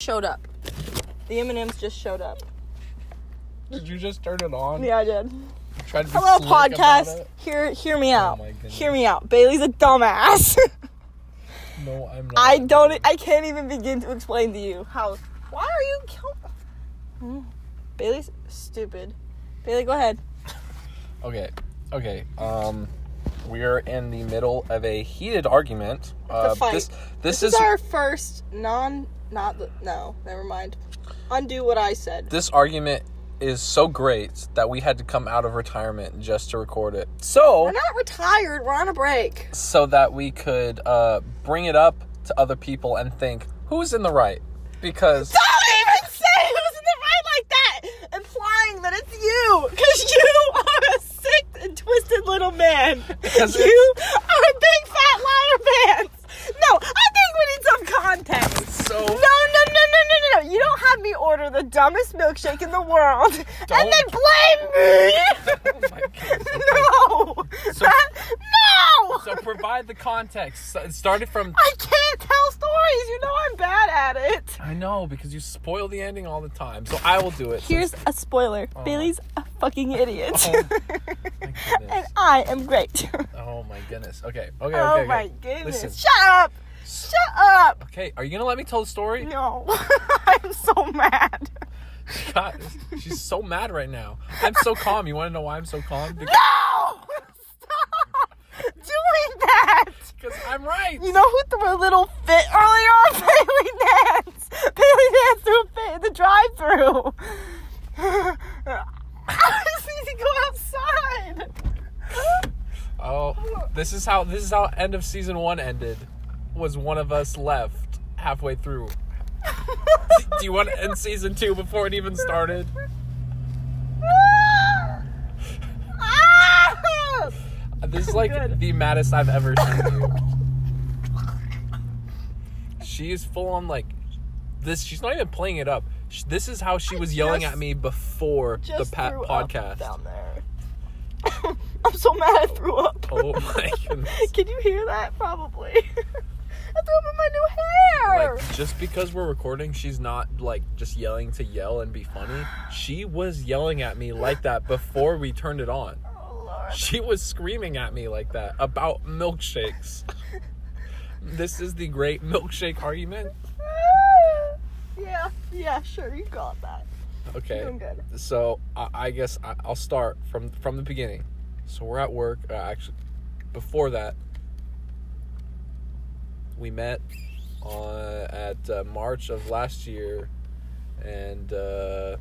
showed up. The M&Ms just showed up. Did you just turn it on? Yeah, I did. Try to be Hello, slick about podcast. it? Oh Hear, hear me out. my goodness. hear me out. Bailey's a dumbass. No, I'm not. I don't. I can't even begin to explain to you how. Why are you? Kill- Mm. Bailey's stupid. Bailey, go ahead. Okay. Okay. Um, we are in the middle of a heated argument. Uh, fight. This, this, This is is our first non. Not the, no. Never mind. Undo what I said. this argument is so great that we had to come out of retirement just to record it. So We're not retired. We're on a break. so that we could uh, bring it up to other people and think who's in the right because Don't even say who's in the right like that, implying that it's you, because you are a sick and twisted little man. Because you are a big fat liar pants. No, I think we need some context. so No, no, no, no, no, no, no. You don't have me order the dumbest milkshake in the world and then Don't. blame me. Oh my goodness. no. So- That- no. so provide the context. So It started from I can't tell stories. You know I'm bad at it. I know because you spoil the ending all the time. So I will do it. Here's a spoiler. Bailey's a fucking idiot. Oh, my and goodness. I am great. Oh my goodness. Okay. Okay. Okay. oh okay. my goodness. Listen. Shut up! Shut up! Okay. Are you gonna let me tell the story? No. I'm so mad. God, she's so mad right now. I'm so calm. You want to know why I'm so calm? Because, No! Stop doing that! because I'm right. You know who threw a little fit earlier on? Bailey Nance! Bailey Nance threw a fit in the drive through I just need to go outside! Oh, this is how this is how end of season one ended. Was one of us left halfway through? Do you want to end season two before it even started? Ah! This is like Good. the maddest I've ever seen you. She is full on like this. She's not even playing it up. Sh- This is how she was yelling just- at me before the Just pa- threw up podcast. down there. I'm so mad I threw up. Oh my goodness. Can you hear that? Probably. I threw up in my new hair. like just because we're recording she's not like just yelling to yell and be funny she was yelling at me like that before we turned it on oh Lord. she was screaming at me like that about milkshakes this is the great milkshake argument Ah! yeah, yeah, sure, you got that. okay Doing good. so i, I guess I, i'll start from from the beginning so we're at work uh, actually before that we met on, at uh, march of last year and uh,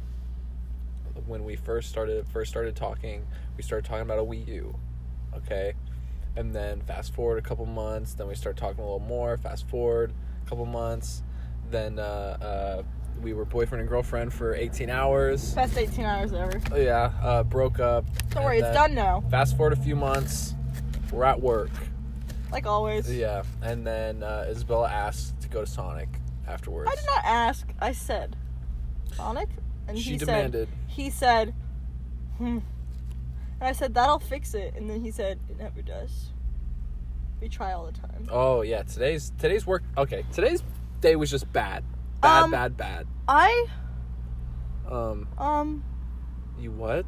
when we first started first started talking we started talking about a wii u okay and then fast forward a couple months then we start talking a little more fast forward a couple months then uh, uh, we were boyfriend and girlfriend for 18 hours Best 18 hours ever. yeah, uh, broke up. Don't worry, And it's done then now. Fast forward a few months, we're at work. Like always. Yeah, and then uh, Isabella asked to go to Sonic afterwards. I did not ask. I said, Sonic, and she he demanded. said, he said, hmm. And I said that'll fix it, and then he said it never does. We try all the time. Oh yeah, today's today's work. Okay, today's day was just bad, bad, Um, bad, bad. I Um, um. you what?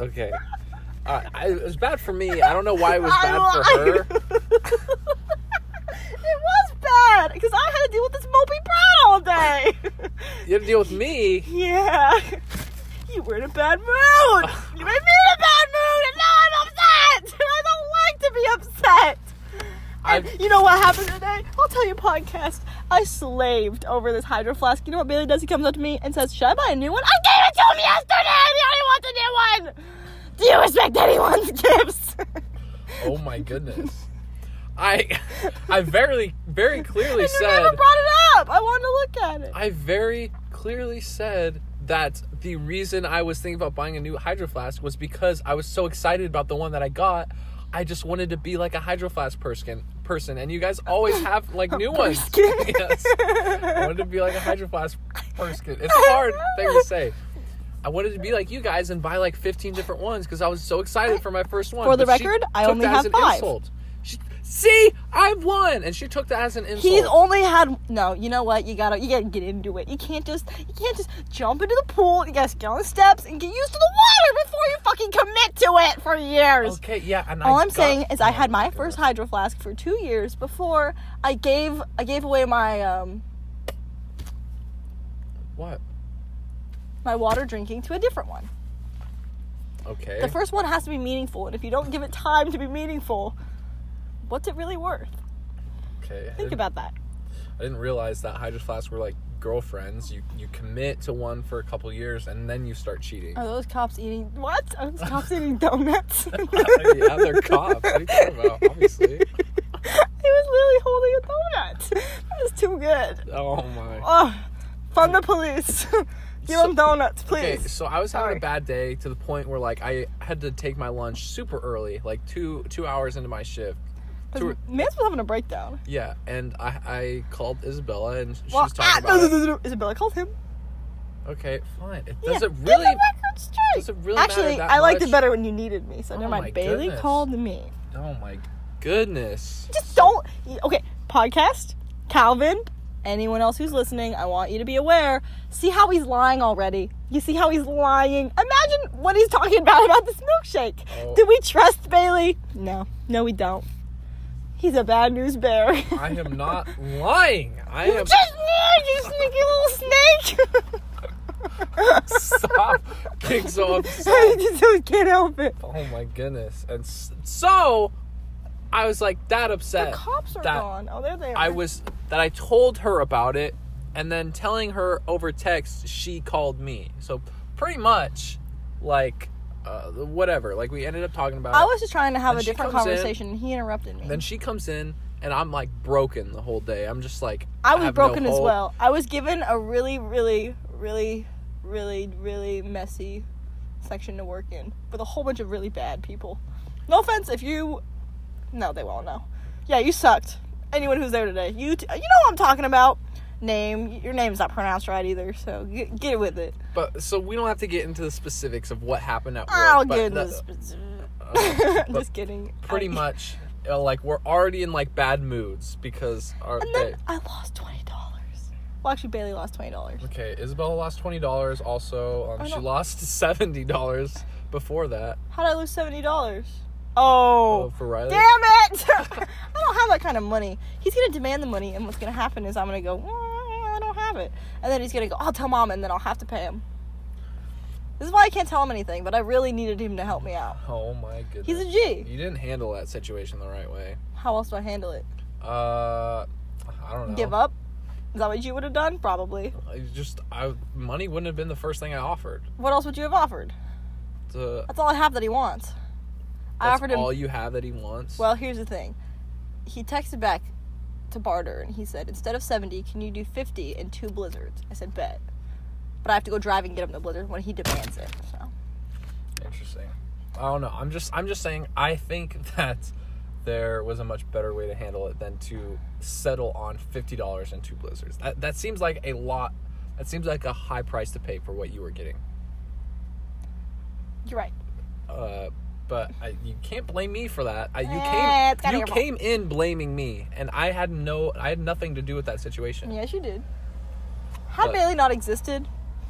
Okay, uh, I, it was bad for me. I don't know why it was bad for her. lied. it was bad because I had to deal with this mopey brat all day. You had to deal with me. yeah. You were in a bad mood. You made me in a bad mood, and now I'm upset. And I don't like to be upset. And I- you know what happened today? I'll tell you, podcast. I slaved over this hydro flask. You know what Bailey does? He comes up to me and says, "Should I buy a new one?" I gave it to him yesterday, and he already wants a new one. Do you respect anyone's gifts? Oh my goodness. I, I very, very clearly and you said. never brought it up. I wanted to look at it. I very clearly said that the reason I was thinking about buying a new hydro flask was because I was so excited about the one that I got. I just wanted to be like a hydro flask person, person, and you guys always have like new ones. Perskin. yes, I wanted to be like a hydro flask person. It's a hard thing to say. I wanted to be like you guys and buy like 15 different ones because I was so excited for my first one. For the but she record, I took only that as have an five. insult. She, see, I won, and she took that as an insult. He's only had no. You know what? You gotta you gotta get into it. You can't just you can't just jump into the pool. You gotta get on the steps and get used to the water before you fucking commit to it for years. okay, yeah, and All I I'm Oh, got- saying is I Oh had my God. first hydro flask for two years before I gave I gave away my um What? my water drinking to a different one. Okay. The first one has to be meaningful, and if you don't give it time to be meaningful, what's it really worth? okay. I Think didn't, about that. I didn't realize that hydro flasks were like girlfriends. You you commit to one for a couple years, and then you start cheating. Are those cops eating what? Are those cops eating donuts? yeah, they're cops. What are you talking about? Obviously. He was literally holding a donut. That was too good. Oh my. Oh, fund the police. Give them donuts, Okay, please. so I was having Sorry. a bad day to the point where like I had to take my lunch super early, like two two hours into my shift. 'Cause Two, Mance was having a breakdown. yeah, and I I called Isabella and she Well, was ah, talking about. it. Isabella called him. Okay, fine. It Yeah, doesn't get the really. record straight. does it really Actually, matter that I liked much? it better when you needed me. So Oh never my mind. Bailey goodness. called me. Oh my goodness. Just don't. Okay, podcast. Calvin. Anyone else who's listening, I want you to be aware. See how he's lying already. You see how he's lying. Imagine what he's talking about about this milkshake. Oh. Do we trust Bailey? No, no, we don't. He's a bad news bear. I am not lying. I You am. just lied, you sneaky little snake. Stop getting so upset. I just can't help it. Oh my goodness. And s- so, I was like that upset. The cops are that gone. Oh, there they are. I was that I told her about it, and then telling her over text she called me. So pretty much, like, uh, whatever. Like we ended up talking about. I it. was just trying to have And a she different comes in- conversation, and he interrupted me. Then she comes in, and I'm like broken the whole day. I'm just like I was have no broken as hope. well. I was given a really, really, really, really, really messy section to work in with a whole bunch of really bad people. No offense if you. No, they won't know. Yeah, you sucked. Anyone who's there today, you t- you know what I'm talking about. Name your name's not pronounced right either, so get, get with it. But so we don't have to get into the specifics of what happened at work. I'll but get into the- this. uh, but Oh, Just kidding. pretty I- much, uh, like we're already in like bad moods because our And they, then I lost twenty dollars. Well, actually, Bailey lost twenty dollars. Okay, Isabella lost twenty dollars. Also, I um, she don't- lost seventy dollars before that. How did I lose seventy dollars? Oh, Oh, for Riley. damn it! I don't have that kind of money. He's gonna demand the money, and what's gonna happen is I'm gonna go, "Mm, I don't have it, and then he's gonna go, I'll tell mom, and then I'll have to pay him. This is why I can't tell him anything, but I really needed him to help me out. Oh my goodness. He's a G. you didn't handle that situation the right way. How else do I handle it? Uh, I don't know. Give up? Is that what you would have done? Probably. I just I money wouldn't have been the first thing I offered. What else would you have offered? To, That's all I have that he wants. I that's offered him all you have that he wants. Well, here's the thing. He texted back to barter and he said, instead of 70, can you do 50 and two blizzards? I said, bet. But I have to go drive and get him the blizzard when he demands it. So interesting. I don't know. I'm just I'm just saying. I think that there was a much better way to handle it than to settle on fifty dollars and two blizzards. That that seems like a lot. That seems like a high price to pay for what you were getting. you're right. Uh, but I, you can't blame me for that. I, you Eh, it's came kinda you your fault. came in blaming me, and I had no I had nothing to do with that situation. Yes, you did. Had But- Bailey not existed,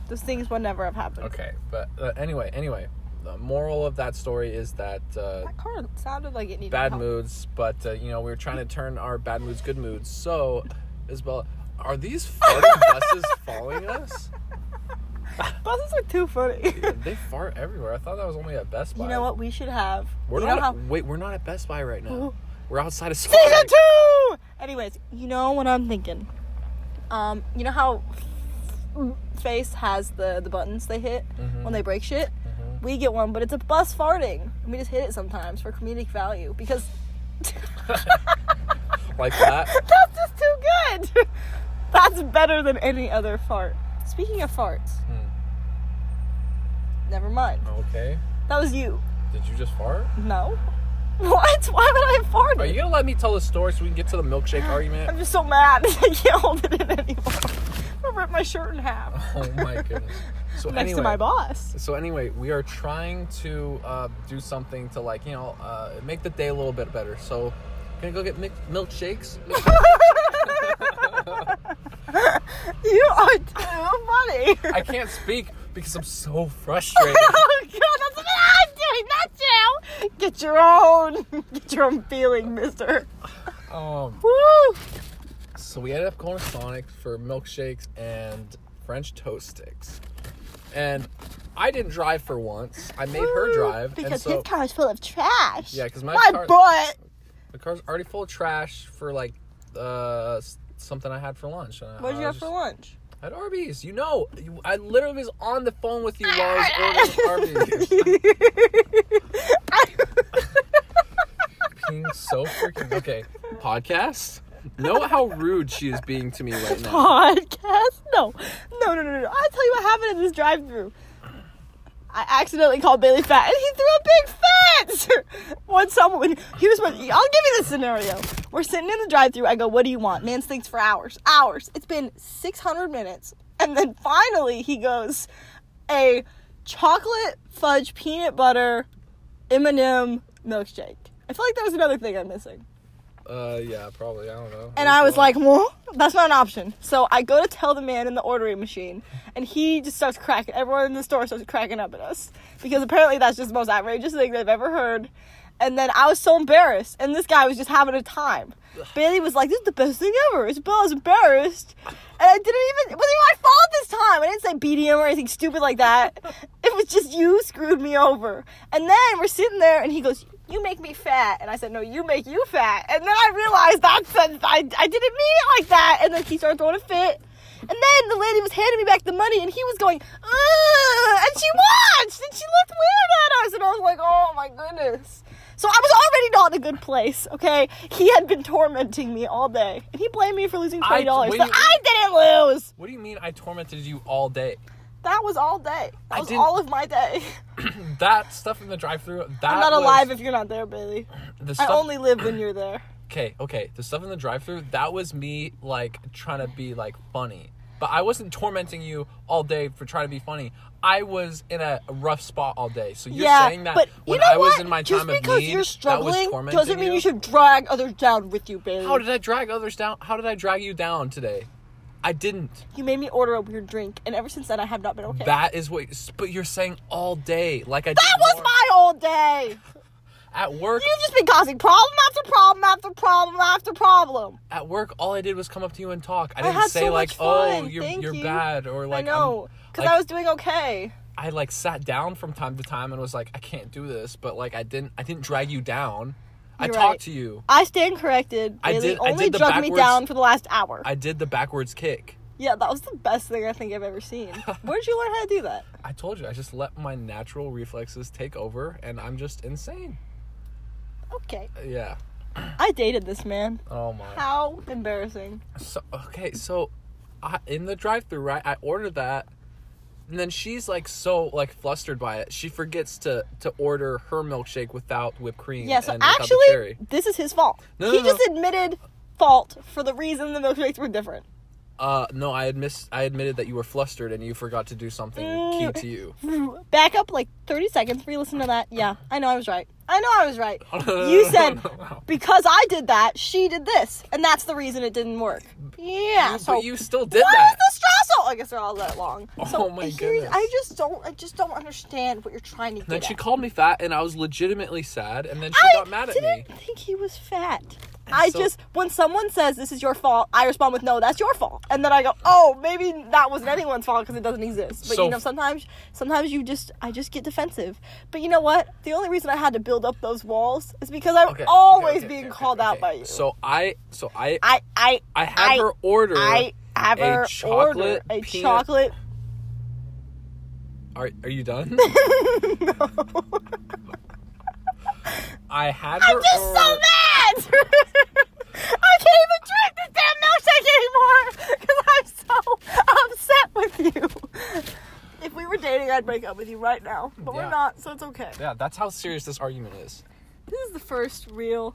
those things would never have happened. Okay, but uh, anyway, anyway, the moral of that story is that uh, That car sounded like it needed bad help. moods, but uh, you know we were trying to turn our bad moods good moods. So, Isabella, are these farting buses following us? Buses are too funny. They fart everywhere. I thought that was only at Best Buy. you know what we should have? We're you not. know how Wait, we're not at Best Buy right now. Ooh. We're outside of season Sonic. two. Anyways, you know what I'm thinking. Um, you know how Face has the the buttons they hit Mm-hmm. when they break shit. We get one, but it's a bus farting, and we just hit it sometimes for comedic value because Like that. that's just too good. that's better than any other fart. Speaking of farts, Hmm. never mind. Oh. Okay. That was you. Did you just fart? No. What? Why would I have farted? Are you gonna let me tell the story so we can get to the milkshake I'm argument? just so mad. I can't hold it in anymore. I'm gonna rip my shirt in half. Oh my goodness. So next anyway, to my boss. so anyway, we are trying to uh, do something to like you know uh, make the day a little bit better. So Can I go get mi- milkshakes? you are too funny. I can't speak because I'm so frustrated. oh god, that's what I'm doing, not you! Get your own get your own feeling, mister. um, Woo! so we ended up going to Sonic for milkshakes and French toast sticks. And I didn't drive for once. I made her drive. and Because so his car is full of trash. Yeah, 'cause my My car- butt the car's already full of trash for like uh s- something I had for lunch. And I- What'd I you have was for just- lunch? At Arby's. You know, you- I literally was on the phone with you while I was ordering at Arby's. being so freaking okay. Podcast? Know how rude she is being to me right now. Podcast? No. No, no, no, no, no. I'll tell you what happened in this drive through. I accidentally called Bailey fat and he threw a big fence. when someone, here's what, I'll give you this scenario. We're sitting in the drive through. I go, what do you want? Man thinks for hours, hours. It's been 600 minutes. And then finally he goes, a chocolate fudge peanut butter M&M milkshake. I feel like that was another thing I'm missing. Uh, yeah, probably. I don't know. And I was like, well, that's not an option. So I go to tell the man in the ordering machine, and he just starts cracking. Everyone in the store starts cracking up at us because apparently that's just the most outrageous thing they've ever heard. And then I was so embarrassed, and this guy was just having a time. Bailey was like, "This is the best thing ever." Isabella's embarrassed, and I didn't even. It wasn't even my fault this time. I didn't say beat him or anything stupid like that. It was just you screwed me over. And then we're sitting there, and he goes, you make me fat. And I said, no, you make you fat. And then I realized that's, I, I didn't mean it like that. And then he started throwing a fit. And then the lady was handing me back the money and he was going, Ugh! and she watched and she looked weird at us. And I was like, oh my goodness. So I was already not in a good place, okay? He had been tormenting me all day. And he blamed me for losing I- $20. I, wait, so I didn't lose. What do you mean I tormented you all day? That was all day. I That was didn't- all of my day. That stuff in the drive thru that I'm not was- alive if you're not there, Bailey. the I stuff, only live when you're there. Okay, okay. The stuff in the drive thru that was me like trying to be like funny. But I wasn't tormenting you all day for trying to be funny. I was in a rough spot all day. So you're saying that but when you know I was what? in my Just time of because need, you're that was struggling tormenting doesn't mean you. should drag others down with you, baby. How did I drag others down? How did I drag you down today? I didn't. you made me order a weird drink, and ever since then, I have not been okay. That, That is what. But you're saying all day, like I. did was more- my whole day. At work, You've just been causing problem after problem after problem after problem. at work, all I did was come up to you and talk. I didn't had say so like, much "Oh, fun. you're Thank you're you. bad," or like, I know, I'm- because like, I was doing okay. I like sat down from time to time and was like, "I can't do this," but like, I didn't. I didn't drag you down. I You're talked right. to you. I stand corrected. I Bailey did- I only did the drug me backwards- down for the last hour. I did the backwards kick. yeah, that was the best thing I think I've ever seen. Where did you learn how to do that? I told you. I just let my natural reflexes take over, and I'm just insane. Okay, Yeah. I dated this man. Oh my. How embarrassing. So okay, so I, in the drive-through, right? I order that, and then she's like so like flustered by it. She forgets to to order her milkshake without whipped cream. Yeah, so and without the actually, cherry. this is his fault. No, he no, no. just admitted fault for the reason the milkshakes were different. uh, no, I admit I admitted that you were flustered and you forgot to do something Mm. key to you. Back up like 30 seconds, re listen to that. Yeah, I know I was right. I know I was right. You said because I did that, she did this, and that's the reason it didn't work. Yeah, You- so but you still did Why that. is the straw so? I guess they're all that long. So Oh my here's- goodness. I just don't. I just don't understand what you're trying to get. Then she at. called me fat, and I was legitimately sad. And then she I got mad at me. didn't think he was fat. I so- just when someone says this is your fault, I respond with no, that's your fault, and then I go, oh, maybe that wasn't anyone's fault because it doesn't exist. But So- you know, sometimes sometimes you just I just get defensive. But you know what? The only reason I had to build up those walls is because I'm Okay, okay, always okay, being okay, called okay, out okay. by you. So I, so I, I I I had I- her order. I have a her chocolate order a peanut- chocolate. Are are you done? no, I had her I'm just so mad. order- I can't even drink this damn milkshake anymore because I'm so upset with you. If we were dating, I'd break up with you right now, but Yeah. we're not, so it's okay. Yeah, that's how serious this argument is. This is the first real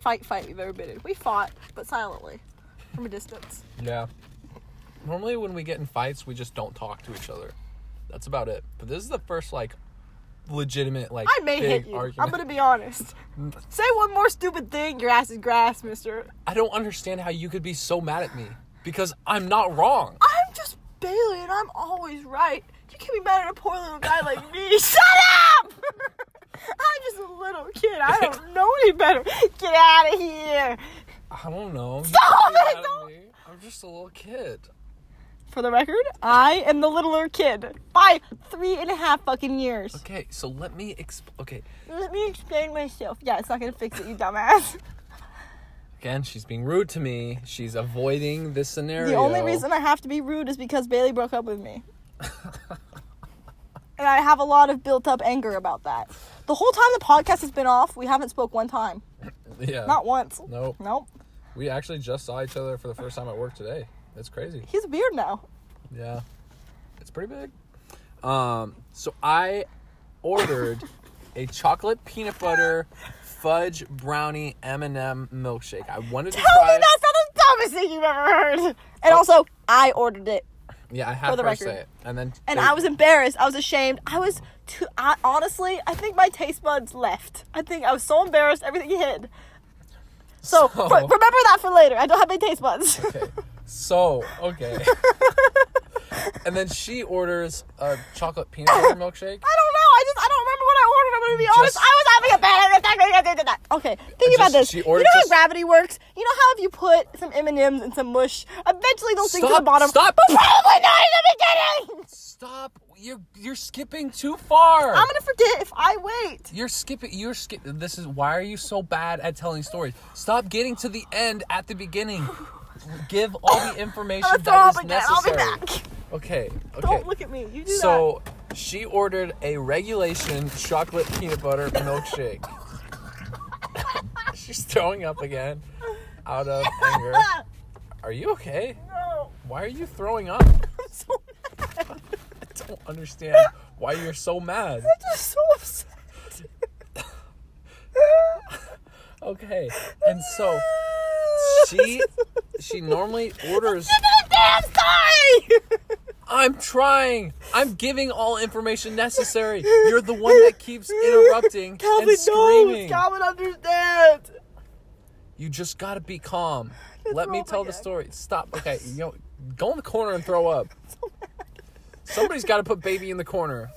fight fight we've ever been in. We fought, but silently, from a distance. Yeah. Normally, when we get in fights, we just don't talk to each other. That's about it. But this is the first like legitimate like I may big hit you. I'm argument. Mm. gonna be honest. Say one more stupid thing, your ass is grass, mister. I don't understand how you could be so mad at me because I'm not wrong. I'm just Bailey and I'm always right. You can't be mad at a poor little guy like me. Shut up! I'm just a little kid. I don't know any better. Get out of here. I don't know. You Stop it, can't be mad at don't- me. I'm just a little kid. For the record, I am the littler kid by three and a half fucking years. Okay, so let me exp- okay. Let me explain myself. Yeah, it's not gonna fix it, you dumbass. Again, she's being rude to me. She's avoiding this scenario. The only reason I have to be rude is because Bailey broke up with me. and I have a lot of built up anger about that. The whole time the podcast has been off, we haven't spoke one time. Yeah. Not once. Nope. Nope. We actually just saw each other for the first time at work today. That's crazy. He's a beard now. Yeah. It's pretty big. Um, so I ordered a chocolate peanut butter fudge brownie M&M milkshake. I wanted to Tell try me that's not the dumbest thing you've ever heard. And also, I ordered it. Yeah, I had the her record. say it. And then And they- I was embarrassed. I was ashamed. I was too. I, honestly, I think my taste buds left. I think I was so embarrassed. Everything hid. So, So- re- remember that for later. I don't have any taste buds. Okay. So, okay. and then she orders a chocolate peanut butter milkshake. I don't know. I just I don't remember what I ordered. I'm gonna be honest. Just- I was having a bad attack. Okay, think Just- about this. she You ordered know how just- gravity works. You know how if you put some M and M's and some mush, eventually those things at the Stop, bottom. stop. But probably not in the beginning. Stop. You're you're skipping too far. I'm gonna forget if I wait. You're skipping. You're skip. This is why are you so bad at telling stories? Stop getting to the end at the beginning. Give all the information I'm gonna throw that up is again. necessary. I'll be back. Okay. Okay. Don't look at me. You do so she ordered a regulation chocolate peanut butter milkshake. She's throwing up again, out of anger. that. Ah, Are you okay? No, Why are you throwing up? I'm so mad. I don't understand why you're so mad. I'm just so upset. Okay. And so she she normally orders Damn, sorry. I'm trying. I'm giving all information necessary. You're the one that keeps interrupting Calvin and knows. screaming. Calvin understands. You just gotta be calm. Let throw me up tell the again. story. Stop. Okay, you know, go in the corner and throw up. Somebody's gotta put baby in the corner.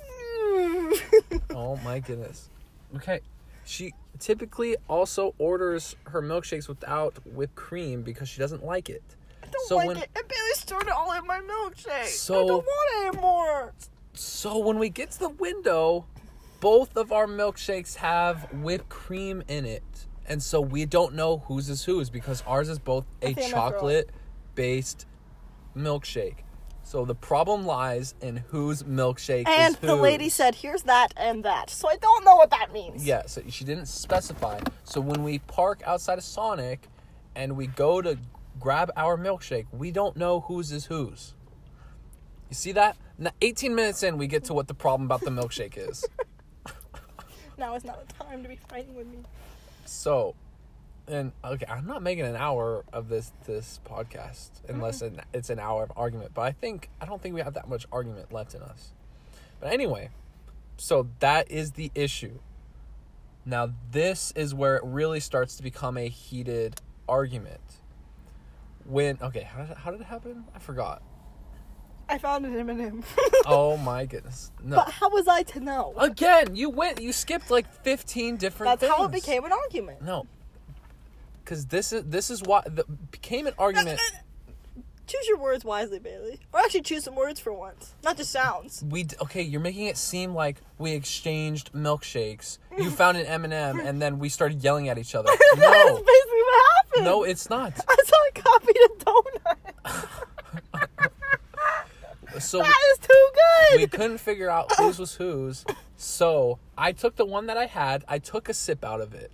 Oh my goodness. Okay. She typically also orders her milkshakes without whipped cream because she doesn't like it. don't so like when it. And Bailey stored it all in my milkshake. I So- don't want it anymore. so when we get to the window, both of our milkshakes have whipped cream in it. And so we don't know whose is whose because ours is both a think I'm gonna throw up. chocolate based milkshake. So the problem lies in whose milkshake And is whose. the lady said, here's that and that. So I don't know what that means. Yeah, so she didn't specify. So when we park outside of Sonic and we go to grab our milkshake, we don't know whose is whose. You see that? Now, 18 minutes in, we get to what the problem about the milkshake is. Now is not the time to be fighting with me. So, and okay, I'm not making an hour of this this podcast unless Mm-hmm. an, it's an hour of argument. But I think I don't think we have that much argument left in us. But anyway, so that is the issue. Now this is where it really starts to become a heated argument. When okay, how did, how did it happen? I forgot. I found an M&M. Oh my goodness! No, but how was I to know? again, you went, you skipped like 15 different. That's how it things. became an argument. No, because this is this is why the, became an argument. Choose your words wisely, Bailey. Or actually choose some words for once. Not just sounds. We d- okay, you're making it seem like we exchanged milkshakes. You found an M and m and then we started yelling at each other. that is No, basically what happened. no, it's not. I saw I copied a donut. So That is too good. we couldn't figure out whose was whose. So I took the one that I had. I took a sip out of it.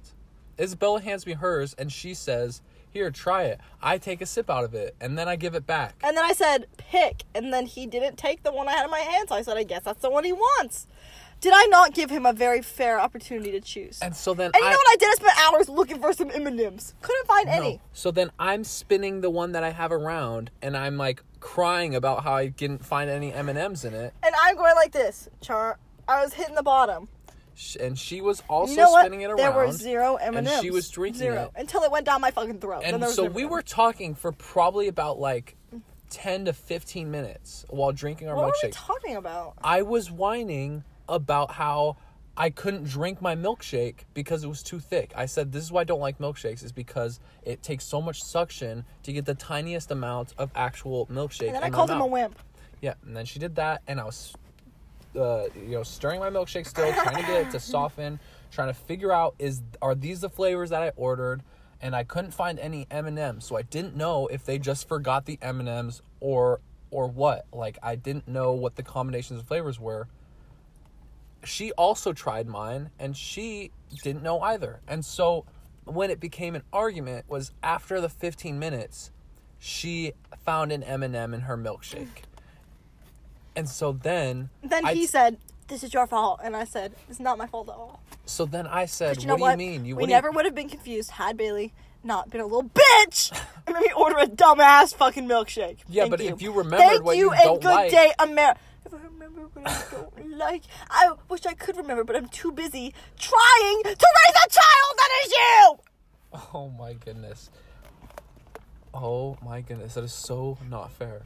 Isabella hands me hers, and she says, "Here, try it." I take a sip out of it, and then I give it back. And then I said, pick. And then he didn't take the one I had in my hand. So I said, I guess that's the one he wants. Did I not give him a very fair opportunity to choose? And, And so then you I know what I did? I spent hours looking for some M&Ms. Couldn't find any. No. So then I'm spinning the one that I have around, and I'm like crying about how I didn't find any M and M's in it. And I'm going like this. Char. I was hitting the bottom. Sh- and she was also you know what? spinning it around. There were zero M and and M's. she was drinking zero it. until it went down my fucking throat. Then there and was so zero. we were talking for probably about like 10 to 15 minutes while drinking our What were we milkshake. talking about? I was whining about how I couldn't drink my milkshake because it was too thick. I said this is why I don't like milkshakes is because it takes so much suction to get the tiniest amount of actual milkshake. And then in I my called him a mouth. wimp. Yeah, and then she did that, and I was, uh, you know, stirring my milkshake still, trying to get it to soften, trying to figure out is are these the flavors that I ordered, and I couldn't find any M and M's, so I didn't know if they just forgot the M and M's or or what. Like I didn't know what the combinations of flavors were. She also tried mine, and she didn't know either, and so when it became an argument was after the 15 minutes she found an m&m in her milkshake and so then, Then I, he said, "This is your fault," and I said, "It's not my fault at all." So then I said, But you know "What do what? you mean? You we what do you- never would have been confused had Bailey not been a little bitch and made me order a dumbass fucking milkshake. Yeah, Thank but you. if you remembered Thank what you, you and don't good like- day, America. If I remember what I don't like, I wish I could remember, but I'm too busy trying to raise a child that is you. Oh my goodness! Oh my goodness! That is so not fair.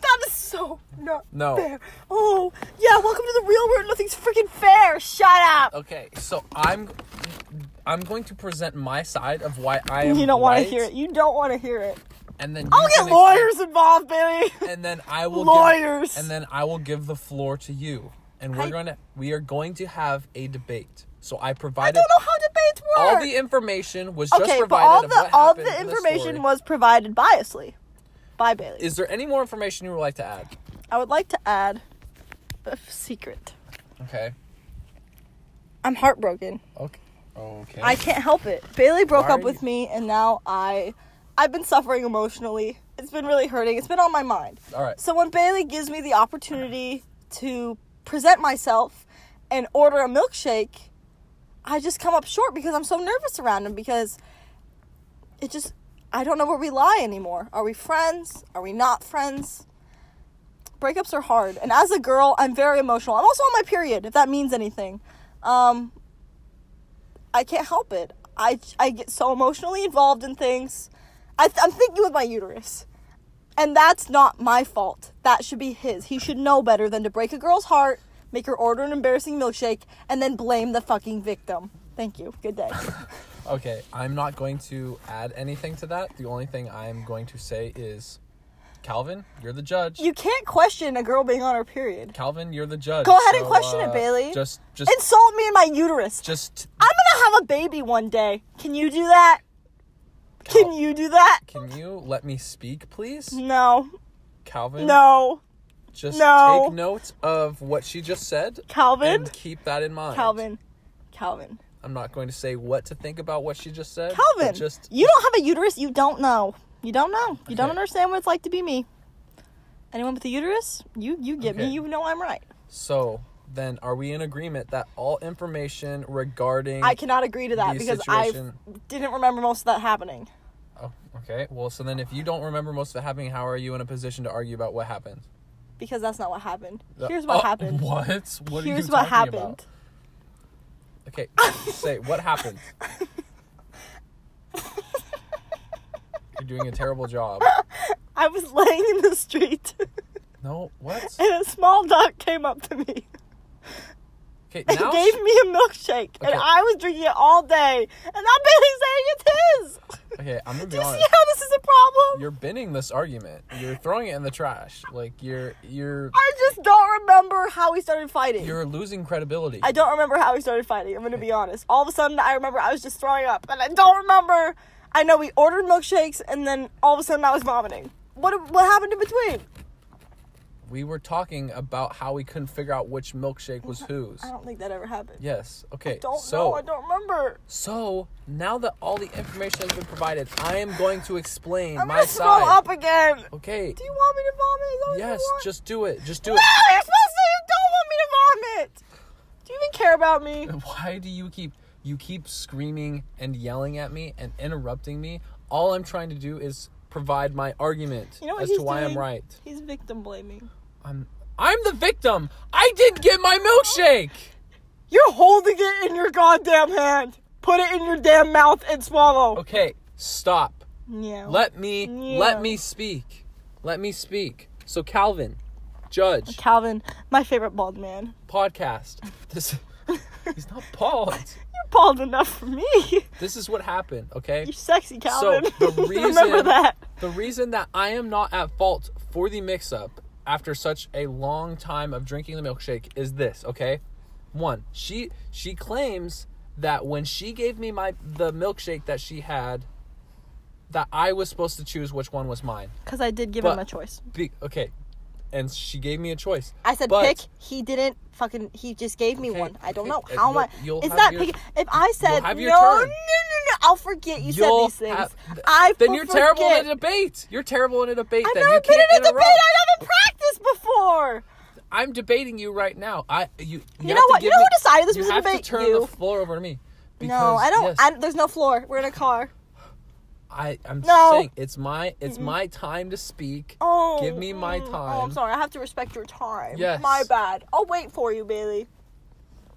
That is so not No. fair. Oh, yeah, welcome to the real world. Nothing's freaking fair. Shut up. Okay, so I'm, I'm going to present my side of why I am. You don't want right, to hear it. You don't want to hear it. And then I'll you get can explain- lawyers involved, Bailey. and then I will Lawyers. Give, and then I will give the floor to you, and we're I- gonna we are going to have a debate. So I I provided don't know how debates work. all the information was just okay, but provided. all of the what all happened the in information story. was provided biasly by Bailey. Is there any more information you would like to add? I would like to add a f- secret. Okay. I'm heartbroken. Okay. Okay. I can't help it. Bailey broke Why up are with you- me, and now I, I've been suffering emotionally. It's been really hurting. It's been on my mind. All right. So when Bailey gives me the opportunity to present myself and order a milkshake, I just come up short because I'm so nervous around him because it just I don't know where we lie anymore. Are we friends? Are we not friends? Breakups are hard, and as a girl, I'm very emotional. I'm also on my period, if that means anything. Um, I can't help it. I, I get so emotionally involved in things. I th- I'm thinking with my uterus. And that's not my fault. That should be his. He should know better than to break a girl's heart, make her order an embarrassing milkshake, and then blame the fucking victim. Thank you. Good day. Okay. I'm not going to add anything to that. The only thing I'm going to say is, Calvin, you're the judge. you can't question a girl being on her period. Calvin, you're the judge. Go ahead and So, question it, uh, Bailey. Just, just, Insult me in my uterus. just. I'm gonna have a baby one day. Can you do that? Can you do that? Can you let me speak, please, No. Calvin? No. Just no. take note of what she just said Calvin? and keep that in mind. Calvin. Calvin. I'm not going to say what to think about what she just said. but Calvin, Just you don't have a uterus. You don't know. You don't know. You don't Okay. understand what it's like to be me. Anyone with a uterus, you you get me. Okay. You know I'm right. so. Then are we in agreement that all information regarding I cannot agree to that The because situation- I didn't remember most of that happening. Oh, okay. Well, so then if you don't remember most of it happening, how are you in a position to argue about what happened? Because that's not what happened. The- Here's what Oh, happened. What? What are you Here's talking what happened. about? Okay, say what happened. You're doing a terrible job. I was laying in the street, No, what? and a small dog came up to me Okay, and now gave she- me a milkshake, and Okay. I was drinking it all day. And that Bailey's saying it's his. Okay, I'm gonna Do be you honest. see how this is a problem? You're binning this argument. You're throwing it in the trash. Like you're you're I just don't remember how we started fighting. you're losing credibility. I don't remember how we started fighting. I'm gonna be honest. All of a sudden, I remember I was just throwing up, and I don't remember. I know we ordered milkshakes, and then all of a sudden, I was vomiting. What what happened in between? We were talking about how we couldn't figure out which milkshake was whose. I don't think that ever happened. Yes. Okay. Don't so, know. I don't remember. So now that all the information has been provided, I am going to explain I'm my gonna throw side. up again. Okay. Do you want me to vomit? Is that what you Yes, want? just do it. Just do No, you're supposed to. You don't want me to vomit. Do you even care about me? it. Why do you keep you keep screaming and yelling at me and interrupting me? All I'm trying to do is provide my argument You know what as he's to why doing? I'm right. He's victim blaming. I'm I'm the victim. I didn't get my milkshake. You're holding it in your goddamn hand. Put it in your damn mouth and swallow. Okay, stop. Yeah. Let me Yeah. let me speak. Let me speak. So Calvin, judge, Calvin, my favorite bald man. podcast. This he's not bald. You're bald enough for me. This is what happened, okay? You're sexy, So Calvin. the Remember reason that. the reason that I am not at fault for the mix up after such a long time of drinking the milkshake is this, okay? One, she she claims that when she gave me my the milkshake that she had that I was supposed to choose which one was mine. Because I did give But- him a choice. Be- okay. And she gave me a choice. I said But- pick. He didn't fucking. He just gave me Okay, one. I don't okay, know uh, how you'll- much. you'll It's have not your- picking. If I said have no, your no, no, turn. no, I'll forget you said You'll these things. have- I then will you're terrible forget. in a debate. You're terrible in a debate. I've then. never you been can't in a debate. interrupt. I haven't practiced before. I'm debating you right now. I you. You, You, have know to what? You give know me- who decided this you was a have debate? to turn you. the floor over to me. no, because, I don't. yes, I, there's no floor. We're in a car. I, I'm just No. saying it's my it's my time to speak. Oh. Give me my mm, Oh, time. I'm sorry. I have to respect your time. Yes. My bad. I'll wait for you, Bailey.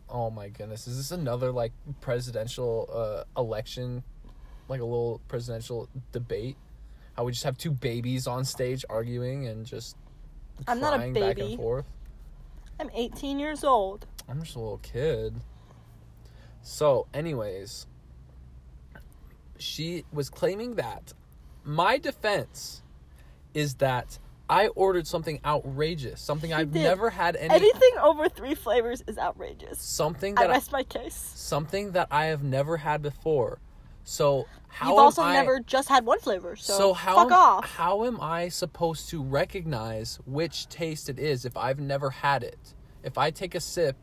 Oh my goodness, is this another like presidential uh, election, like a little presidential debate? How we just have two babies on stage arguing and just I'm not a crying back baby. and forth. I'm 18 years old. I'm just a little kid. So, anyways, she was claiming that my defense is that I ordered something outrageous, something I've did. never had any Anything over three flavors is outrageous. something I that I, rest my case. something that I have never had before. So, how You've am also I, never just had one flavor, so, so how fuck am, off. how am I supposed to recognize which taste it is if I've never had it? If I take a sip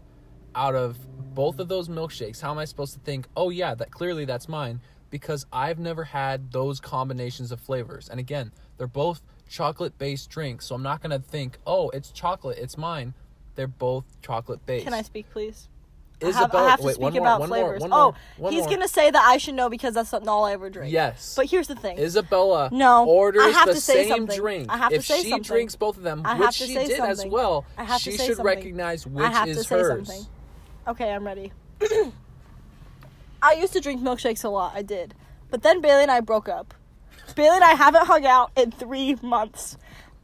out of both of those milkshakes, how am I supposed to think, "Oh yeah, that clearly that's mine" because I've never had those combinations of flavors. And again, they're both chocolate-based drinks, so I'm not going to think, "Oh, it's chocolate, it's mine." They're both chocolate-based. Can I speak, please? I have, Isabel- I have to wait, speak one more, about one more, flavors. one more, oh, one he's more. gonna say that I should know because that's not all I ever drink. Yes. But here's the thing. Isabella No, I orders have the to say same something. drink. I have to if say she something. drinks both of them, I have which to she say did as something. well, I have she to say should something. recognize which I have is to say hers. something. Okay, I'm ready. I used to drink milkshakes a lot. I did, but then Bailey and I broke up. Bailey and I haven't hung out in three months.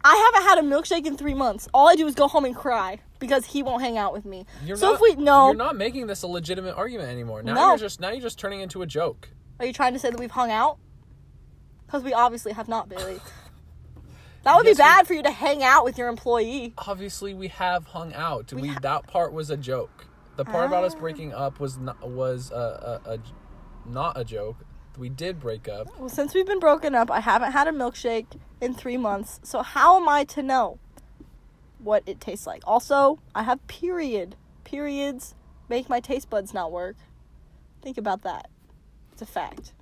I haven't had a milkshake in three months. All I do is go home and cry because he won't hang out with me. You're so not, if we no, you're not making this a legitimate argument anymore. Now No. you're just now you're just turning into a joke. Are you trying to say that we've hung out? Because we obviously have not, Bailey. That would Yes, be we- bad for you to hang out with your employee. Obviously, we have hung out. We, that part was a joke. The part about Ah. us breaking up was not was a, a, a j- not a joke. We did break up. Well, since we've been broken up, I haven't had a milkshake in three months. So how am I to know what it tastes like? Also, I have period. Periods make my taste buds not work. Think about that. It's a fact.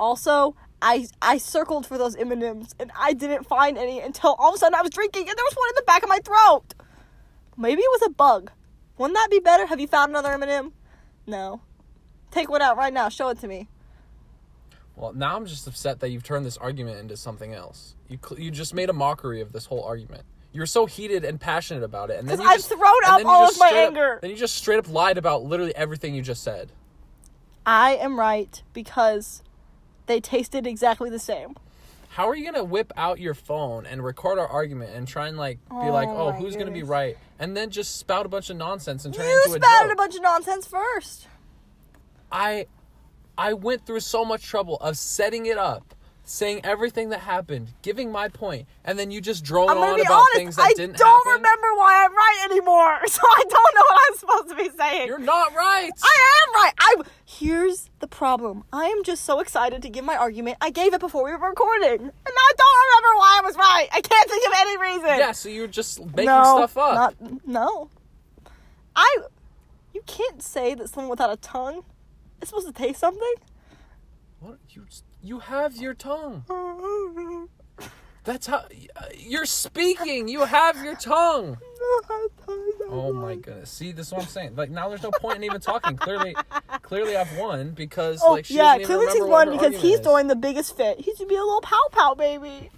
Also, I I circled for those M&Ms and I didn't find any until all of a sudden I was drinking and there was one in the back of my throat. Maybe it was a bug. Wouldn't that be better? Have you found another M&M? No. Take one out right now. Show it to me. Well, now I'm just upset that you've turned this argument into something else. You cl- you just made a mockery of this whole argument. You're so heated and passionate about it, and then 'Cause you I've just, thrown and up then you all just of my straight up- anger. then you just straight up lied about literally everything you just said. I am right because they tasted exactly the same. How are you gonna whip out your phone and record our argument and try and like be like, Oh oh, my who's gonna be goodness. right, and then just spout a bunch of nonsense and turn You it into a spouted joke? a bunch of nonsense first. I, I went through so much trouble of setting it up, saying everything that happened, giving my point, and then you just drone I'm on gonna be about honest. things that I didn't don't happen. remember why I'm right anymore, so I don't know what I'm supposed to be saying. You're not right. I am right. I here's the problem. I am just so excited to give my argument. I gave it before we were recording, and I don't remember why I was right. I can't think of any reason. Yeah, so you're just making no, stuff up. Not, no. I. You can't say that someone without a tongue is supposed to taste something. What you you have your tongue. Oh That's how uh, you're speaking. You have your tongue. Oh my goodness. See, this is what I'm saying. Like now, there's no point in even talking. Clearly, clearly, I've won because Oh like she yeah, doesn't even clearly she's remember what won her because argument he's is. throwing the biggest fit. He should be a little pow pow baby.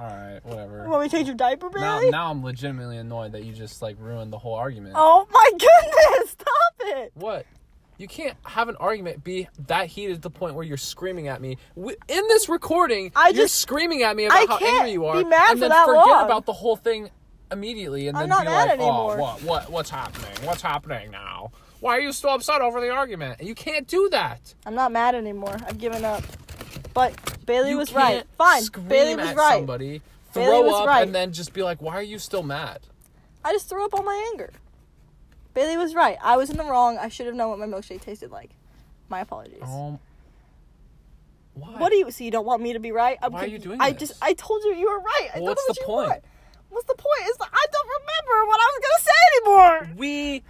All right, whatever. Want me to change your diaper, baby? Now, now I'm legitimately annoyed that you just like ruined the whole argument. Oh my goodness! Stop it. What? You can't have an argument be that heated to the point where you're screaming at me. We, in this recording, I you're just- screaming at me about I how can't angry you are, be mad and for then that forget long. about the whole thing immediately, and I'm then not be mad like, anymore." "Oh, what, what, what's happening? What's happening now? Why are you so upset over the argument?" And you can't do that. I'm not mad anymore. I've given up. But Bailey You was can't right. Fine. Scream Bailey was at right. somebody, throw Bailey was up, right. and then just be like, "Why are you still mad?" I just threw up all my anger. Bailey was right. I was in the wrong. I should have known what my milkshake tasted like. My apologies. Um. What? What do you? So you don't want me to be right? I'm Why are you confused. doing I this? just. I told you you were right. I Well, told what's you the you point? were. What's the point? It's that I don't remember what I was gonna say anymore. We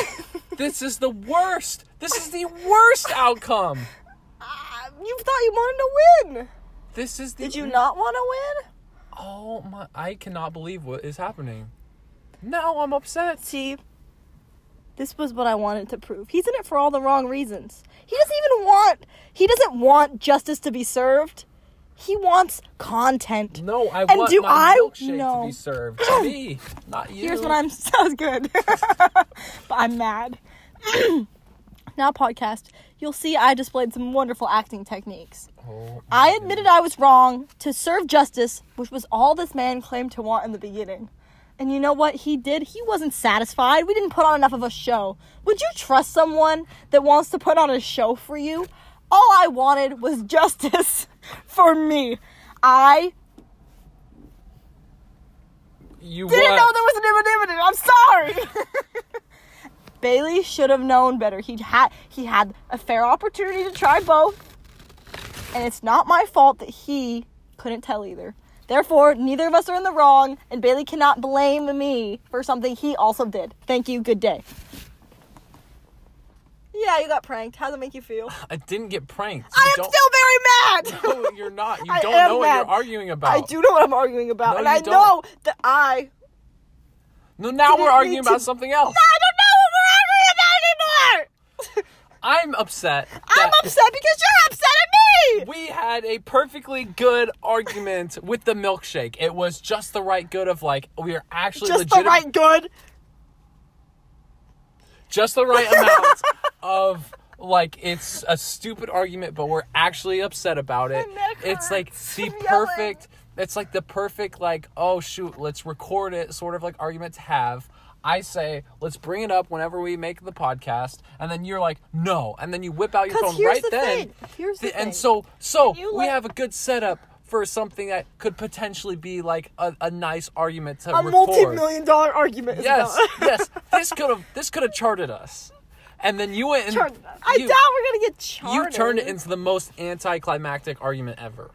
li- This is the worst. This is the worst outcome. Ah, you thought you wanted to win. This is the Did you not want to win? Oh my I cannot believe what is happening. Now I'm upset. See, this was what I wanted to prove. He's in it for all the wrong reasons. He doesn't even want. He doesn't want justice to be served. He wants content. No, I And want do my I- milkshake to No. be served to me, not you. Here's what I'm. Sounds good, but I'm mad. now, podcast, you'll see I displayed some wonderful acting techniques. Oh, I admitted I was wrong to serve justice, which was all this man claimed to want in the beginning. And you know what he did? He wasn't satisfied. We didn't put on enough of a show. Would you trust someone that wants to put on a show for you? All I wanted was justice for me. I you didn't what? know there was an imminent. I'm sorry. Bailey should have known better. He had he had a fair opportunity to try both, and it's not my fault that he couldn't tell either. Therefore, neither of us are in the wrong, and Bailey cannot blame me for something he also did. Thank you. Good day. Yeah, you got pranked. How does it make you feel? I didn't get pranked. You I am don't- still very mad. No, you're not. You I don't am know what mad. you're arguing about. I do know what I'm arguing about, No, and you I don't. know that I No, now Didn't we're arguing need to- about something else. I don't know what we're arguing about anymore. I'm upset. I'm that- upset because you're upset at me. we had a perfectly good argument with the milkshake. It was just the right good of like we are actually Just legit- the right good. just the right amount of like it's a stupid argument, but we're actually upset about it. My neck It's like hurts. the I'm yelling. perfect. It's like the perfect like oh shoot let's record it sort of like argument to have. I say let's bring it up whenever we make the podcast, and then you're like no, and then you whip out your 'Cause phone here's right the then. thing. Here's the thing. And so so You we let- have a good setup. For something that could potentially be like a, a nice argument to A record. multi-million dollar argument. is Yes, about- yes. This could have this could have charted us, and then you went and Charted. I you, doubt we're gonna get charted. you turned it into the most anticlimactic argument ever.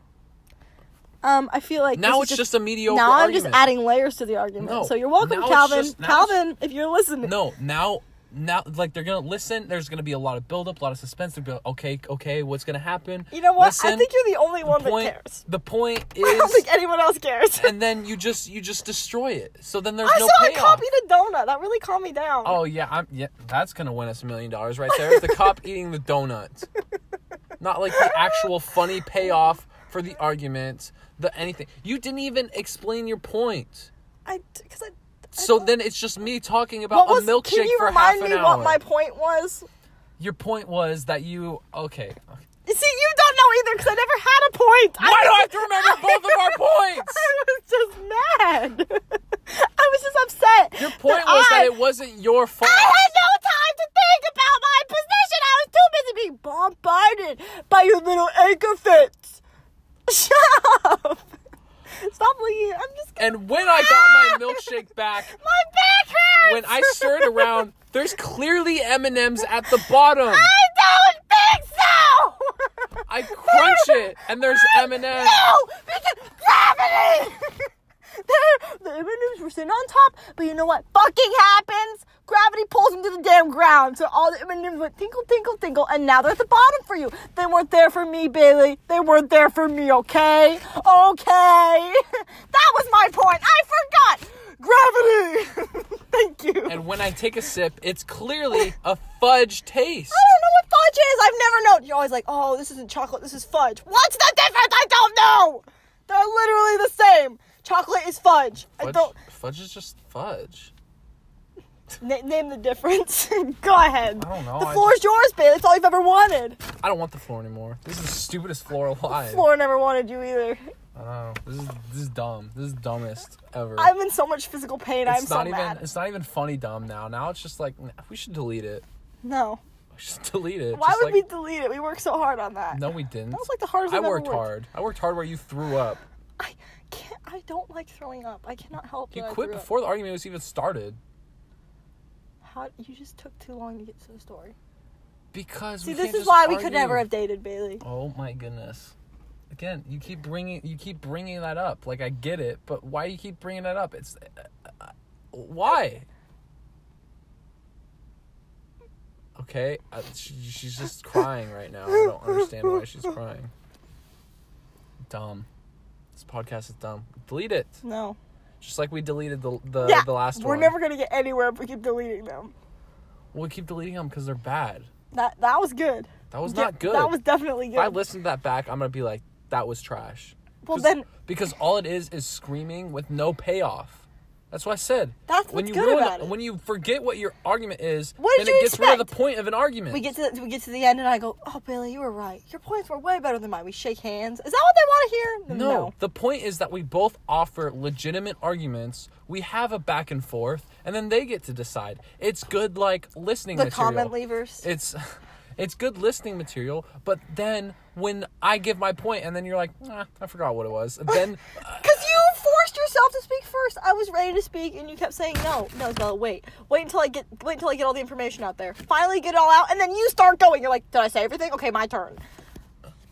Um, I feel like Now this it's is just a mediocre Now I'm argument. just adding layers to the argument. No. So you're welcome, Now it's Calvin. just- now it's- Calvin, if you're listening. No, now now like they're gonna listen. There's gonna be a lot of buildup, a lot of suspense. They'll be like, okay, okay, what's gonna happen? You know what? I Listen, think you're the only one the point. that cares. The point I don't is, think anyone else cares. and then you just you just destroy it. So then there's I no saw I payoff. copied a donut. That really calmed me down. Oh yeah, I'm yeah. That's gonna win us a million dollars right there. Is the cop eating the donut? Not like the actual funny payoff for the argument, the anything. You didn't even explain your point. I because I. So then it's just me talking about What was? a milkshake can you for half remind an me hour. what my point was? Your point was that you okay. You See, you don't know either because I never had a point. Why do I have to remember both of our points? I was just mad. I was just upset. Your point was I, that it wasn't your fault. I had no time to think about my position. I was too busy being bombarded by your little anchor fits. Shut up. Stop looking. I'm just. And when I got my milkshake back, My back hurts. when I stirred around, there's clearly M and M's at the bottom. I don't think so. I crunch it, and there's M and M's. No, because gravity. They're- the M&Ms were sitting on top, but you know what? Fucking happens. Gravity pulls them to the damn ground, so all the M&Ms went tinkle, tinkle, tinkle, and now they're at the bottom for you. They weren't there for me, Bailey. They weren't there for me. Okay, okay. That was my point. I forgot gravity. Thank you. And when I take a sip, it's clearly a fudge taste. I don't know what fudge is. I've never known. You're always like, oh, this isn't chocolate. This is fudge. What's the difference? I don't know. They're literally the same. Chocolate is fudge. I Fudge, don't. fudge is just fudge. Na- name the difference. Go ahead. I don't know. The I floor's yours, babe. That's all you've ever wanted. I don't want the floor anymore. This is the stupidest floor alive. Floor never wanted you either. I know. This is this is dumb. This is dumbest ever. I'm in so much physical pain. I'm it's so not even mad. it's not even funny dumb now. Now it's just like nah, we should delete it. No. We should delete it. Why Just would like- we delete it? We worked so hard on that. No, we didn't. That was like the hardest I I've ever worked hard. I worked hard where you threw up. I can't. I don't like throwing up. I cannot help. You that I quit threw up. before the argument was even started. How you just took too long to get to the story. Because See, we this can't is just why we argue. could never have dated Bailey. Oh my goodness. Again, you keep bringing you keep bringing that up. Like I get it, but why you keep bringing that up? It's uh, uh, why? Okay, uh, she, she's just crying right now. I don't understand why she's crying. Dumb. This podcast is dumb. Delete it. No. Just like we deleted the the, yeah. the last we're one. never gonna get anywhere if we keep deleting them. We'll keep deleting them because they're bad. That that was good. That was Ge- not good. That was definitely good. If I listen to that back, I'm gonna be like, that was trash. well, 'Cause- then because all it is is screaming with no payoff. That's what I said. That's when what's you good ruin, about it. when you forget what your argument is. What did then you it gets rid of the expect? point of an argument. we get to the, we get to the end, and I go, "Oh, Bailey, you were right. Your points were way better than mine." We shake hands. Is that what they want to hear? no, the point is that we both offer legitimate arguments. We have a back and forth, and then they get to decide. It's good, like listening. The material. comment leavers. It's, it's good listening material. But then when I give my point, and then you're like, "Nah, I forgot what it was. Then Because you forced yourself to speak first. I was ready to speak, and you kept saying no, no, Bella. Wait, wait until I get, wait until I get all the information out there. Finally, get it all out, and then you start going. You're like, did I say everything? Okay, my turn.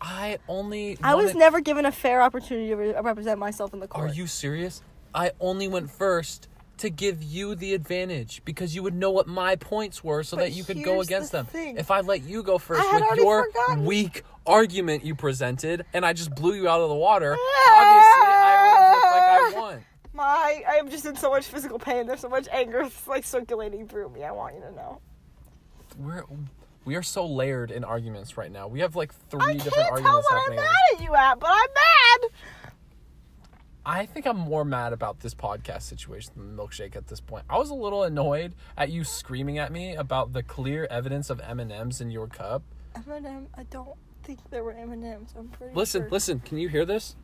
I only. I was wanted- never given a fair opportunity to re- represent myself in the Are court. you serious? I only went first to give you the advantage because you would know what my points were so But that you could go here's against the them. thing. If I let you go first had with already your forgotten. weak argument you presented and I just blew you out of the water, obviously Ah! I would look like I won. My, I'm just in so much physical pain. There's so much anger, it's like circulating through me. I want you to know. We're we are so layered in arguments right now. We have like three I different can't tell arguments what I'm happening. mad at you at, but I'm mad. I think I'm more mad about this podcast situation than the milkshake at this point. I was a little annoyed at you screaming at me about the clear evidence of M&Ms in your cup. M&M, I don't think there were M&Ms. I'm pretty Listen, sure. listen, can you hear this?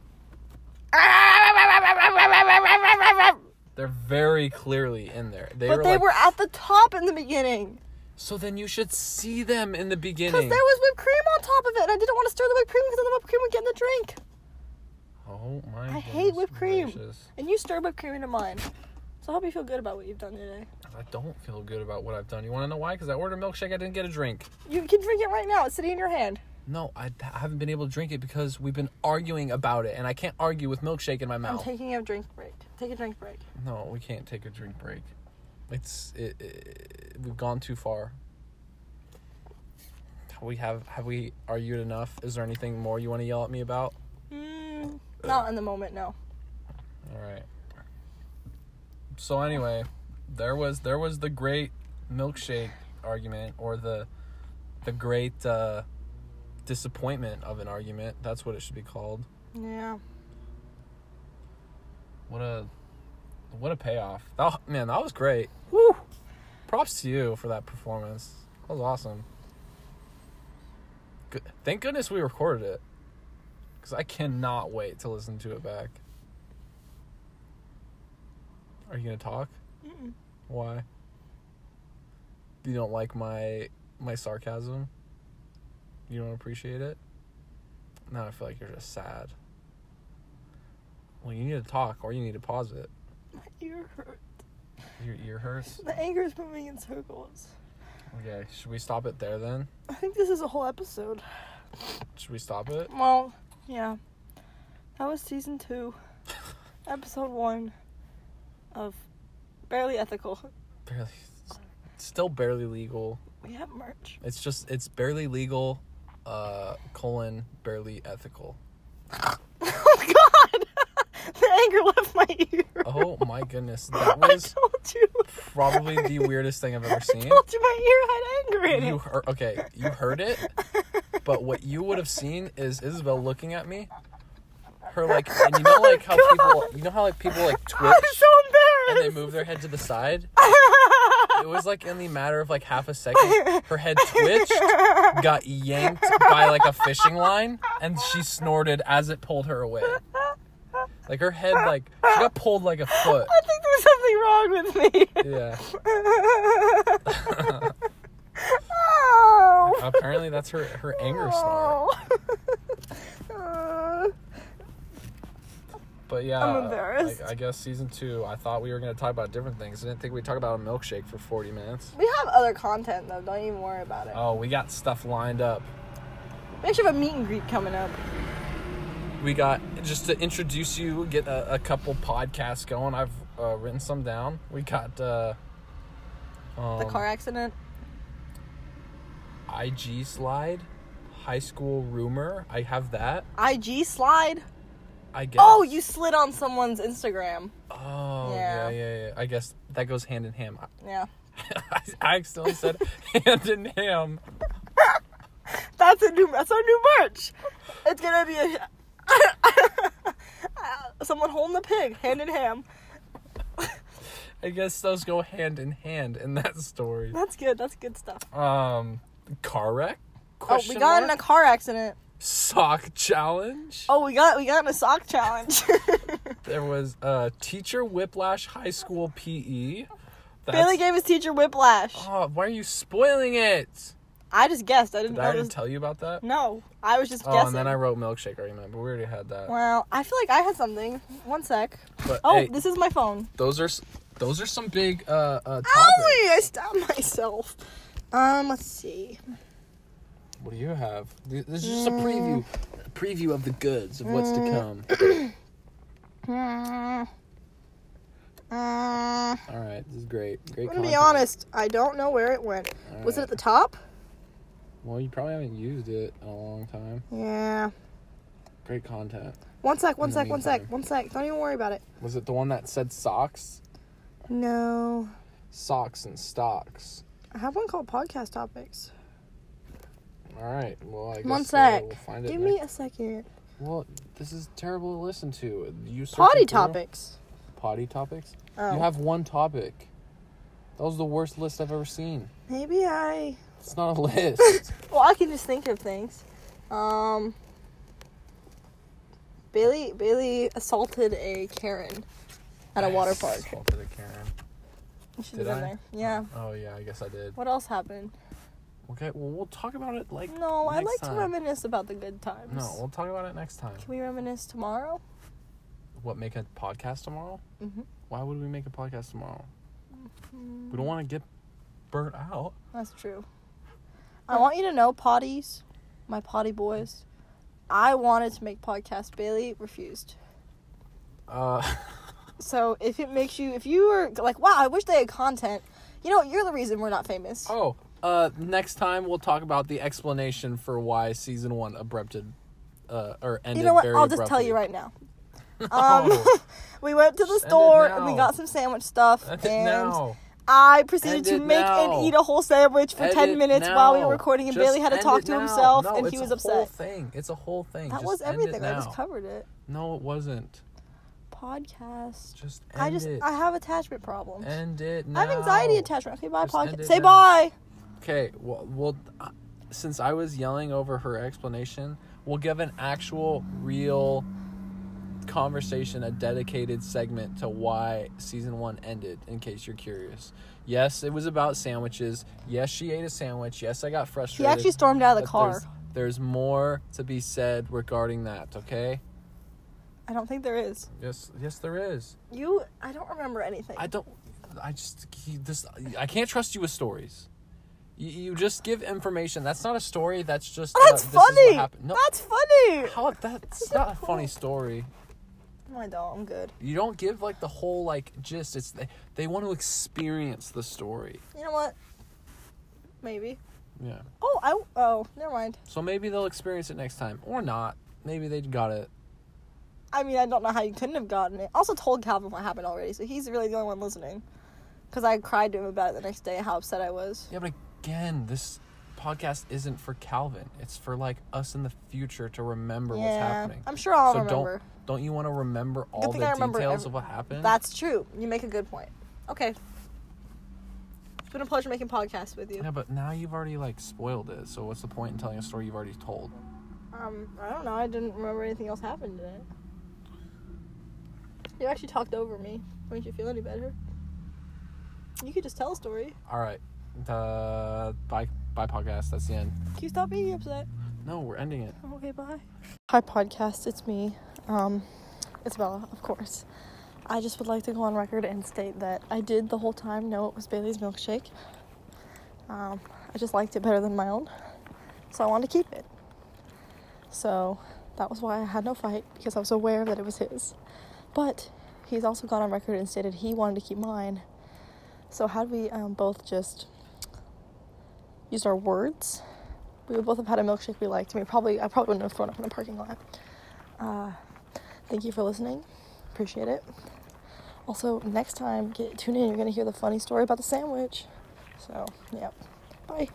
They're very clearly in there. They But were they like, were at the top in the beginning. so then you should see them in the Because beginning. there was whipped cream on top of it, and I didn't want to stir the whipped cream because then the whipped cream would get in the drink. oh my I hate goodness whipped cream. gracious. And you stirred whipped cream into mine. So I hope you feel good about what you've done today. I don't feel good about what I've done. You want to know why? Because I ordered a milkshake, I didn't get a drink. You can drink it right now. It's sitting in your hand. No, I, I haven't been able to drink it because we've been arguing about it, and I can't argue with milkshake in my I'm mouth. taking a drink break. Take a drink break. no, we can't take a drink break. It's it, it, we've gone too far. We have have we argued enough? Is there anything more you want to yell at me about? Mm, not in the moment, no. All right. So anyway, there was there was the great milkshake argument or the the great uh, disappointment of an argument. That's what it should be called. Yeah. What a what a payoff. That, man, that was great. Woo! Props to you for that performance. That was awesome. Good. Thank goodness we recorded it. Cuz I cannot wait to listen to it back. Are you going to talk? Mm-mm. Why? You don't like my my sarcasm? You don't appreciate it? Now I feel like you're just sad. Well, you need to talk or you need to pause it. My ear hurt. Your ear hurts. The anger is moving in circles. Okay, should we stop it there then? I think this is a whole episode. Should we stop it? Well, yeah. That was season two, episode one of Barely Ethical. Barely, still barely legal. We have merch. It's just it's barely legal, uh, colon barely ethical. Oh god! the anger left my ear. Oh my goodness, that I was told you. probably the weirdest thing I've ever I seen. told you my ear had anger in You it. heard, okay, you heard it, but what you would have seen is Isabel looking at me. Her like, and you know like how people, you know how like people like twitch I'm so and they embarrassed. move their head to the side. it was like in the matter of like half a second, her head twitched, got yanked by like a fishing line, and she snorted as it pulled her away. Like her head, like she got pulled like a foot. I think there's something wrong with me. Yeah. oh. Apparently, that's her her anger snort. Oh. But yeah, I'm embarrassed. I, I guess season two. I thought we were gonna talk about different things. I didn't think we'd talk about a milkshake for forty minutes. we have other content though. Don't even worry about it. Oh, we got stuff lined up. We actually have a meet and greet coming up. We got just to introduce you, get a, a couple podcasts going. I've uh, written some down. We got uh, um, The car accident. IG slide, high school rumor. I have that. IG slide. I guess. Oh, you slid on someone's Instagram. Oh Yeah. yeah. yeah, yeah, I guess that goes hand in hand. Yeah. I, I accidentally said hand in hand. That's a new. That's our new merch. It's gonna be a. Someone holding the pig, hand in ham. I guess those go hand in hand in that story. That's good. That's good stuff. Um, car wreck. Oh, we Question got in a mark? car accident. sock challenge. Oh, we got we got in a sock challenge. There was uh, teacher whiplash high school PE. Bailey gave his teacher whiplash. oh, why are you spoiling it? I just guessed. I didn't Did know I already this. tell you about that? No, I was just Oh, Mm, guessing. and then I wrote milkshake argument, but we already had that. Well, I feel like I had something. One sec. But Oh, hey, this is my phone. those are s- those are some big uh, uh topics. Owie! I stabbed myself. Um, let's see. What do you have? Th- This is just a Mm. preview, a preview of the goods of what's to come. Uh, Hmm. Uh, All right, this is great. Great. I'm gonna be content. honest. I don't know where it went. All Was it right. at the top? Well, you probably haven't used it in a long time. Yeah. Great content. One sec. One In the sec. One sec. meantime. One sec. Don't even worry about it. Was it the one that said socks, No. socks and stocks? I have one called podcast topics. All right. Well, I guess One uh, sec. we'll find it. Give next- me a second. Well, this is terrible to listen to. You searching Potty through- topics. Potty topics. Oh. You have one topic. That was the worst list I've ever seen. Maybe I. It's not a list. Well, I can just think of things. Um. Bailey Bailey assaulted a Karen at a water park. Assaulted a Karen. She's Did in I? there. Yeah. Oh yeah, I guess I did. What else happened? Okay, well we'll talk about it like No, I next like time. to reminisce about the good times. No, we'll talk about it next time. Can we reminisce tomorrow? What make a podcast tomorrow? Mhm. Why would we make a podcast tomorrow? We Mm. don't want to get burnt out. That's true. I want you to know, potties, my potty boys. I wanted to make podcasts. Bailey refused. Uh, So if it makes you, if you were like, wow, I wish they had content. You know, you're the reason we're not famous. oh, uh, next time we'll talk about the explanation for why season one abrupted, uh, or ended. you know what? Very I'll just tell you abruptly. Oh, right now. Um, we went to the Just end it store and we now. got some sandwich stuff, End it and now. I proceeded End to it make now. and eat a whole sandwich for End ten it minutes while we now. were recording, and Just Bailey had to end talk it to now. himself, No, and he it's was a Whole upset. thing. It's a whole thing. That Just was end it everything. I just now. covered it. No, it wasn't. Podcast. Just end I just it. I have attachment problems. End it now. I have anxiety attachment. Okay, bye Just end podcast. it Say now. bye. Okay, well, well uh, since I was yelling over her explanation, we'll give an actual, real conversation, a dedicated segment to why season one ended, in case you're curious. Yes, it was about sandwiches. Yes, she ate a sandwich. Yes, I got He frustrated. actually stormed out of the but car. There's, there's more to be said regarding that, okay? I don't think there is. Yes, yes, there is. You I don't remember anything. I don't. I just he, this. I can't trust you with stories. You, you just give information. That's not a story. That's just. uh, Oh, That's this is what funny. happened. No, That's funny. how that's so not a funny cool. story. No, I don't. I'm good. You don't give like the whole like gist. It's they, they want to experience the story. You know what? Maybe. Yeah. Oh, I oh, never mind. So maybe they'll experience it next time or not. Maybe they got it. I mean, I don't know how you couldn't have gotten it. I also told Calvin what happened already, so he's really the only one listening. Because I cried to him about it the next day, how upset I was. Yeah, but again, this podcast isn't for Calvin. It's for like us in the future to remember what's happening. I'm sure I'll so remember. don't don't you want to remember all thing the I details remember every- of what happened? That's true. You make a good point. Okay. been a pleasure making podcasts with you. Yeah, but now you've already like spoiled it. So what's the point in telling a story you've already told? Um, I don't know. I didn't remember anything else happened in it. You actually talked over me. Don't you feel any better? You could just tell a story. All right, uh, bye, bye, podcast. That's the end. Can you stop being upset? No, we're ending it. Okay, bye. Hi, podcast. It's me. Um, it's Bella, of course. I just would like to go on record and state that I did the whole time know it was Bailey's milkshake. Um, I just liked it better than my own, so I wanted to keep it. So that was why I had no fight because I was aware that it was his. But he's also gone on record and stated he wanted to keep mine. So had we um, both just used our words, we would both have had a milkshake we liked. We probably I probably wouldn't have thrown up in the parking lot. Uh, thank you for listening. Appreciate it. Also, next time, get, tune in. You're gonna hear the funny story about the sandwich. So, yep. Bye.